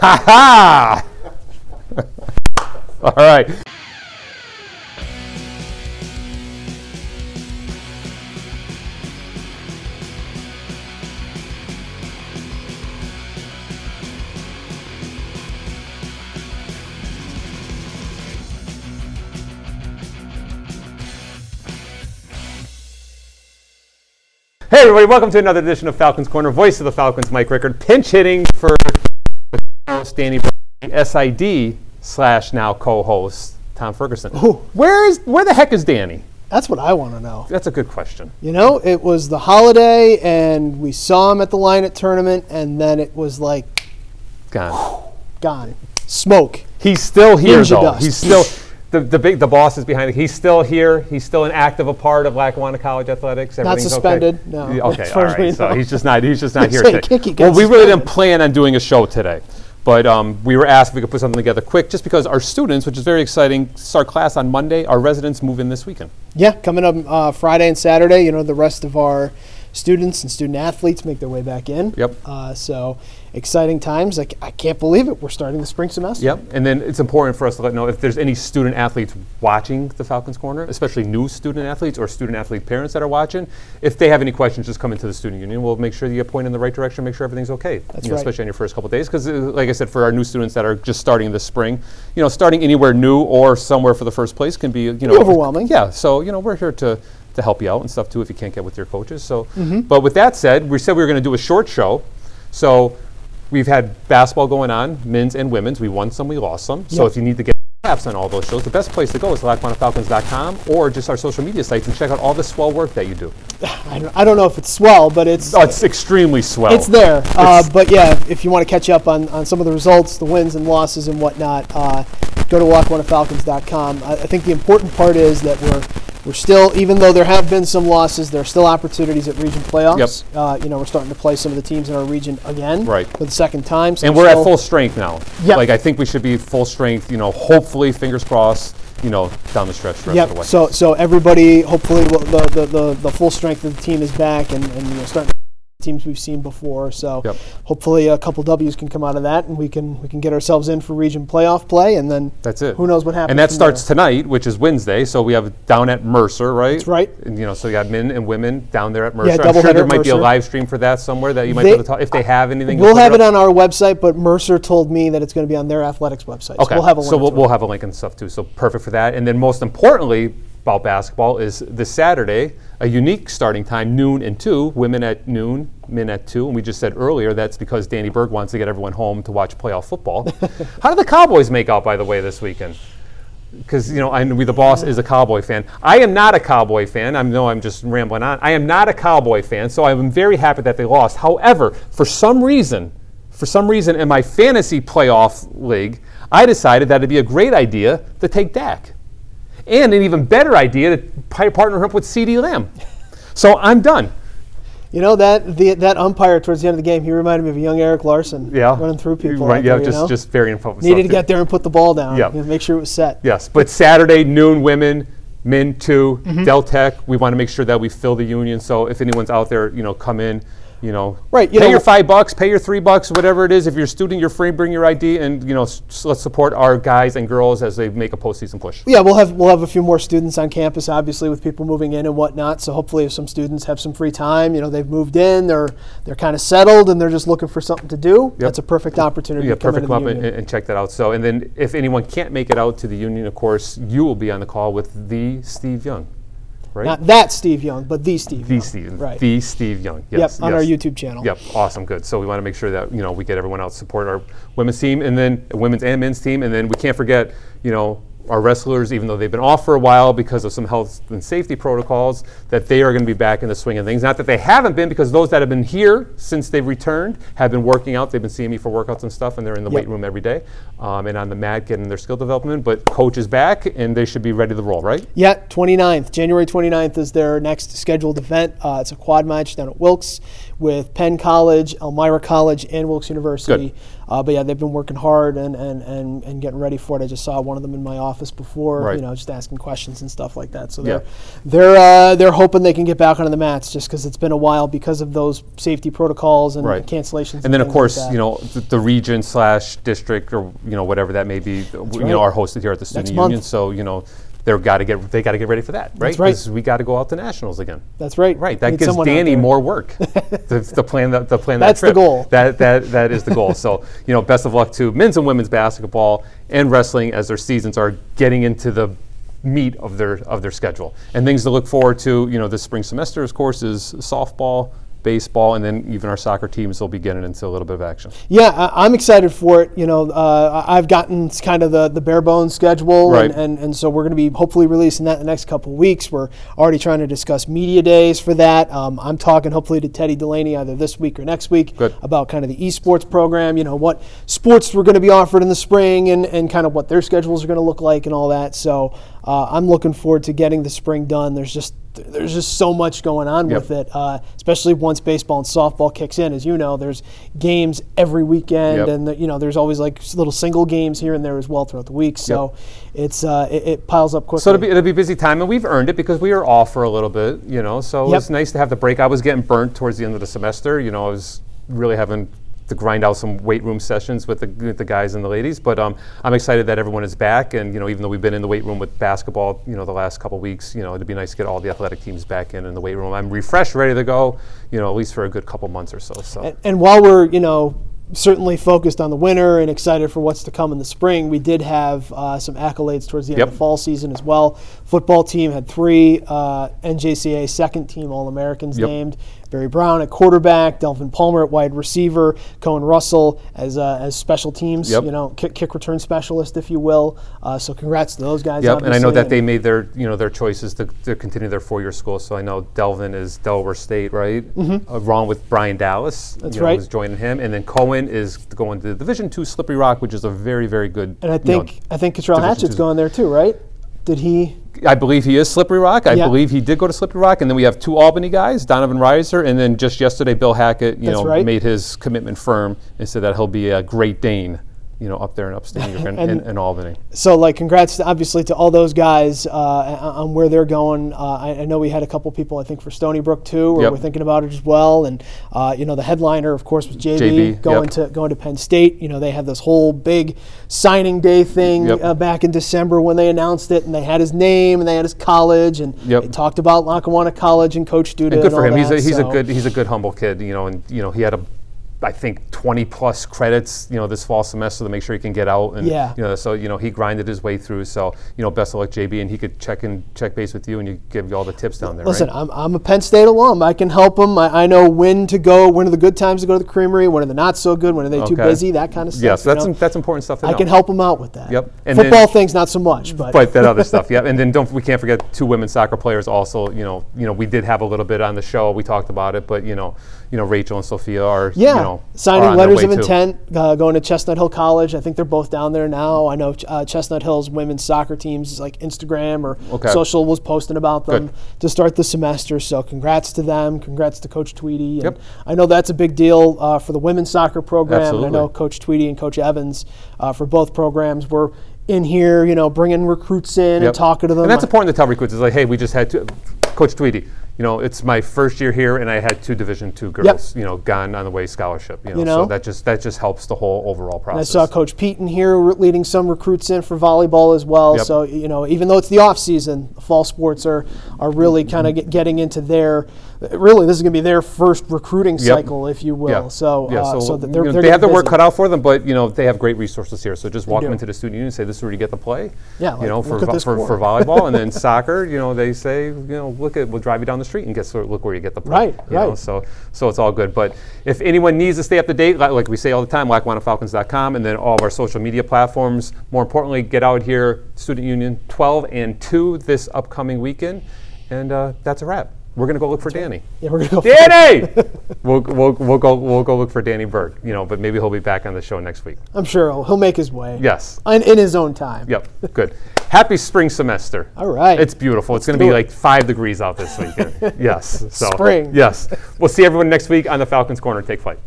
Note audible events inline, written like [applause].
Ha ha! Ah! [laughs] All right. Hey everybody, welcome to another edition of Falcons Corner, voice of the Falcons, Mike Rickard, pinch hitting for Danny Brady, SID slash now co-host Tom Ferguson. Where is where the heck is Danny? That's what I want to know. That's a good question. You know, it was the holiday, and we saw him at the line at tournament, and then it was like Gone. gone, smoke. He's still here Ninja though. dust. He's still the, the big the boss is behind it. He's still here. He's still an active a part of Lackawanna College athletics. Everything's okay? suspended, no. Y- Okay. As All far as we right. So know. he's just not he's just not here Say, today. Kiki got well, we really didn't suspended. plan on doing a show today. But um, we were asked if we could put something together quick, just because our students, which is very exciting, start class on Monday. Our residents move in this weekend. Yeah, coming up uh, Friday and Saturday. You know, the rest of our students and student athletes make their way back in. Yep. Uh, so exciting times. I, c- I can't believe it. We're starting the spring semester. Yep, and then it's important for us to let know if there's any student athletes watching the Falcons Corner, especially new student athletes or student athlete parents that are watching. If they have any questions, just come into the student union. We'll make sure that you point in the right direction, make sure everything's okay. That's right. Especially on your first couple days, because like I said, for our new students that are just starting this spring, you know, starting anywhere new or somewhere for the first place can be, you know, overwhelming. Yeah, so you know, we're here to to help you out and stuff too if you can't get with your coaches. So, Mm-hmm. but with that said, we said we were going to do a short show, so. We've had basketball going on, men's and women's. We won some, we lost some. So Yep. if you need to get apps on all those shows, the best place to go is LackawannaFalcons.com or just our social media sites and check out all the swell work that you do. I, don't- I don't know if it's swell, but it's Oh, it's extremely swell. It's there. Uh, but yeah, if you want to catch up on, on some of the results, the wins and losses and whatnot, uh, go to walkonafalcons.com. I, I think the important part is that we're we're still, even though there have been some losses, there are still opportunities at region playoffs. Yep. Uh, you know, we're starting to play some of the teams in our region again Right. for the second time. So And we're at still- full strength now. Yep. Like, I think we should be full strength, you know, hopefully, fingers crossed, you know, down the stretch the rest of the Yep. way. So so everybody, hopefully, will- the the, the, the full strength of the team is back, and and you know, starting to teams we've seen before. So Yep. hopefully, a couple Ws can come out of that, and we can we can get ourselves in for region playoff play, and then That's it. Who knows what happens? And that from starts there. tonight, which is Wednesday. So we have down at Mercer, right? That's right. And, you know, so you got men and women down there at Mercer. I'm doubleheader sure there at might be a Mercer. live stream for that somewhere that you might They- be able to talk if they have anything. to We'll put have it up. on our website, but Mercer told me that it's going to be on their athletics website. So Okay. we'll have a link. so we'll, to it. we'll have a link and stuff too. So perfect for that. And then most importantly about basketball is this Saturday, a unique starting time, noon and two, women at noon, men at two. And we just said earlier that's because Danny Berg wants to get everyone home to watch playoff [laughs] football. How did the Cowboys make out, by the way, this weekend? Because you know, I we the boss is a Cowboy fan. I am not a Cowboy fan. I know I'm just rambling on. I am not a Cowboy fan, so I'm very happy that they lost. However, for some reason, for some reason, in my fantasy playoff league, I decided that it'd be a great idea to take Dak, and an even better idea to pi- partner up with C.D. Lamb. So I'm done. you know that the that umpire towards the end of the game, he reminded me of a young Eric Larson. running through people. Right? out Yeah, there, you just know? just very info- needed to get there and put the ball down. Yeah. and make sure it was set. Yes, but Saturday noon, women, men too. Mm-hmm. Del Tech. We want to make sure that we fill the union. So if anyone's out there, you know, come in. You know, Right, you pay know- your five bucks, pay your three bucks, whatever it is. If you're a student, you're free. Bring your ID, and you know, s- s- let's support our guys and girls as they make a postseason push. Yeah, we'll have we'll have a few more students on campus, obviously, with people moving in and whatnot. So hopefully, if some students have some free time, you know, they've moved in, they're they're kind of settled, and they're just looking for something to do. That's a perfect opportunity. Yeah, to come perfect. into Come the up and, union. and check that out. So, and then if anyone can't make it out to the union, of course, you will be on the call with the Steve Young, right? Not that Steve Young, but the Steve. the Young. Steve, Right. the Steve Young. yep, Yes, on our yes. YouTube channel. Yep, awesome, good. So we want to make sure that you know we get everyone out to support our women's team, and then women's and men's team, and then we can't forget, you know, our wrestlers, even though they've been off for a while because of some health and safety protocols, that they are going to be back in the swing of things. Not that they haven't been, because those that have been here since they've returned have been working out. They've been seeing me for workouts and stuff, and they're in the Yep. weight room every day um, and on the mat getting their skill development. But coach is back, and they should be ready to roll, right? Yeah, 29th. January 29th is their next scheduled event. Uh, it's a quad match down at Wilkes with Penn College, Elmira College, and Wilkes University. Uh, but yeah, they've been working hard and, and, and, and getting ready for it. I just saw one of them in my office before, Right. you know, just asking questions and stuff like that. So Yeah. they're they're uh, they're hoping they can get back onto the mats just because it's been a while because of those safety protocols and Right. cancellations. And then, of things like course, that. you know, the, the region slash district or, you know, whatever that may be, w- you know, right. are hosted here at the student Next month. union. So, you know, they're got to get, they got to get ready for that, right? right. Because we got to go out to nationals again. that's right. Right, that Need gives someone out Danny there. more work. [laughs] the, the plan, that, the plan. That's that the trip. goal. That that that is the goal. so you know, best of luck to men's and women's basketball and wrestling as their seasons are getting into the meat of their of their schedule and things to look forward to. You know, this spring semester, of course, is softball, baseball, and then even our soccer teams will be getting into a little bit of action. Yeah, I, I'm excited for it. You know, uh, I- I've gotten s- kind of the, the bare bones schedule, Right. and, and, and so we're going to be hopefully releasing that in the next couple of weeks. We're already trying to discuss media days for that. Um, I'm talking hopefully to Teddy Delaney either this week or next week Good. about kind of the esports program, you know, what sports were going to be offered in the spring and, and kind of what their schedules are going to look like and all that. So uh, I'm looking forward to getting the spring done. There's just there's just so much going on Yep. with it, uh, especially once baseball and softball kicks in. As you know, there's games every weekend, Yep. and the, you know there's always like s- little single games here and there as well throughout the week. So it's uh, it, it piles up quickly. So it'll be, it'll be a busy time, and we've earned it because we were off for a little bit, you know. So it Yep. was nice to have the break. I was getting burnt towards the end of the semester, you know. I was really having to grind out some weight room sessions with the, with the guys and the ladies. But um, I'm excited that everyone is back, and you know, even though we've been in the weight room with basketball, you know, the last couple weeks, you know, it'd be nice to get all the athletic teams back in in the weight room. I'm refreshed, ready to go, you know, at least for a good couple months or so. So And, and while we're, you know, certainly focused on the winter and excited for what's to come in the spring, we did have uh, some accolades towards the end Yep. of the fall season as well. Football team had three uh, NJCA second team All Americans Yep. named Barry Brown at quarterback, Delvin Palmer at wide receiver, Cohen Russell as uh, as special teams, Yep. you know, kick, kick return specialist, if you will. Uh, so congrats to those guys. Yep, and I know obviously, that they made their you know their choices to, to continue their four-year school. So I know Delvin is Delaware State, right? Mm-hmm. Uh, wrong with Brian Dallas. That's right. Who's joining him, and then Cohen is going to Division Two Slippery Rock, which is a very very good. And I you know, think I think Cottrell Division Hatchett's two. going there too, right? Did he? I believe he is Slippery Rock. I Yeah. believe he did go to Slippery Rock, and then we have two Albany guys, Donovan Reiser, and then just yesterday Bill Hackett, you That's know, right. made his commitment firm and said that he'll be a Great Dane, you know, up there in upstate [laughs] New York and, And- in, in Albany. So, like, congrats to, obviously to all those guys uh, on on where they're going. Uh, I, I know we had a couple people, I think, for Stony Brook too, or Yep. we're thinking about it as well. And uh, you know, the headliner, of course, was JB, JB, yep. going to going to Penn State. You know, they had this whole big signing day thing Yep. uh, back in December when they announced it, and they had his name and they had his college, and Yep. they talked about Lackawanna College and Coach Duda. And good for all him. He's a, that, he's so- a good he's a good humble kid. You know, and you know he had a. I think 20 plus credits, you know, this fall semester to make sure he can get out, and Yeah. you know, so you know he grinded his way through. So you know, best of luck, JB, and he could check in, check base with you, and you give you all the tips down there. Listen, right? I'm, I'm a Penn State alum. I can help them. I, I know when to go, when are the good times to go to the creamery, when are the not so good, when are they too Okay. busy, that kind of stuff. yeah, so you that's know? im- that's important stuff. To I know. can help them out with that. Yep. And Football then- things, not so much, but, but that other stuff, yeah. And then don't we can't forget two women soccer players also. You know, you know, we did have a little bit on the show. We talked about it, but you know, you know, Rachel and Sophia are yeah, you know, are signing on their letters way of too. intent, uh, going to Chestnut Hill College. I think they're both down there now. I know uh, Chestnut Hill's women's soccer teams, like Instagram or Okay. social, was posting about them Good. to start the semester. So congrats to them. Congrats to Coach Tweedy. And Yep. I know that's a big deal uh, for the women's soccer program. And Absolutely. I know Coach Tweedy and Coach Evans uh, for both programs were in here, you know, bringing recruits in and Yep. talking to them. And that's I- important to tell recruits. It's like, hey, we just had two, Coach Tweedy. You know, it's my first year here, and I had two Division two girls. You know, gone on the way scholarship. You know, know? so that just that just helps the whole overall I process. saw Coach Pete in here re- leading some recruits in for volleyball as well. Yep. So you know, even though it's the off season, fall sports are are really Mm-hmm. kind of get, getting into their. Really, this is going to be their first recruiting cycle, if you will. So, yeah, uh, so, that they're, you know, they're they have getting their work busy. cut out for them, but you know they have great resources here. So just walk them do. into the student union and say, "This is where you get the play." Yeah, you like, know, for, look at vo- this for, for court. volleyball and [laughs] then soccer, you know, they say, you know, look at we'll drive you down the street and get sort of look where you get the play. Right, you know, right. so so it's all good. But if anyone needs to stay up to date, like, like we say all the time, LackawannaFalcons.com and then all of our social media platforms. More importantly, get out here, student union 12 and 2 this upcoming weekend, and uh, that's a wrap. We're gonna go look for Danny. Yeah, we're going to go. Danny! [laughs] we'll, we'll, we'll, go, we'll go look for Danny Berg, you know, but maybe he'll be back on the show next week. I'm sure he'll, he'll make his way. Yes. In, in his own time. Yep, good. Happy spring semester. All right. It's beautiful. it's going to do be it. like five [laughs] degrees out this weekend. yes. So, Spring. Yes. We'll see everyone next week on the Falcons Corner. Take flight.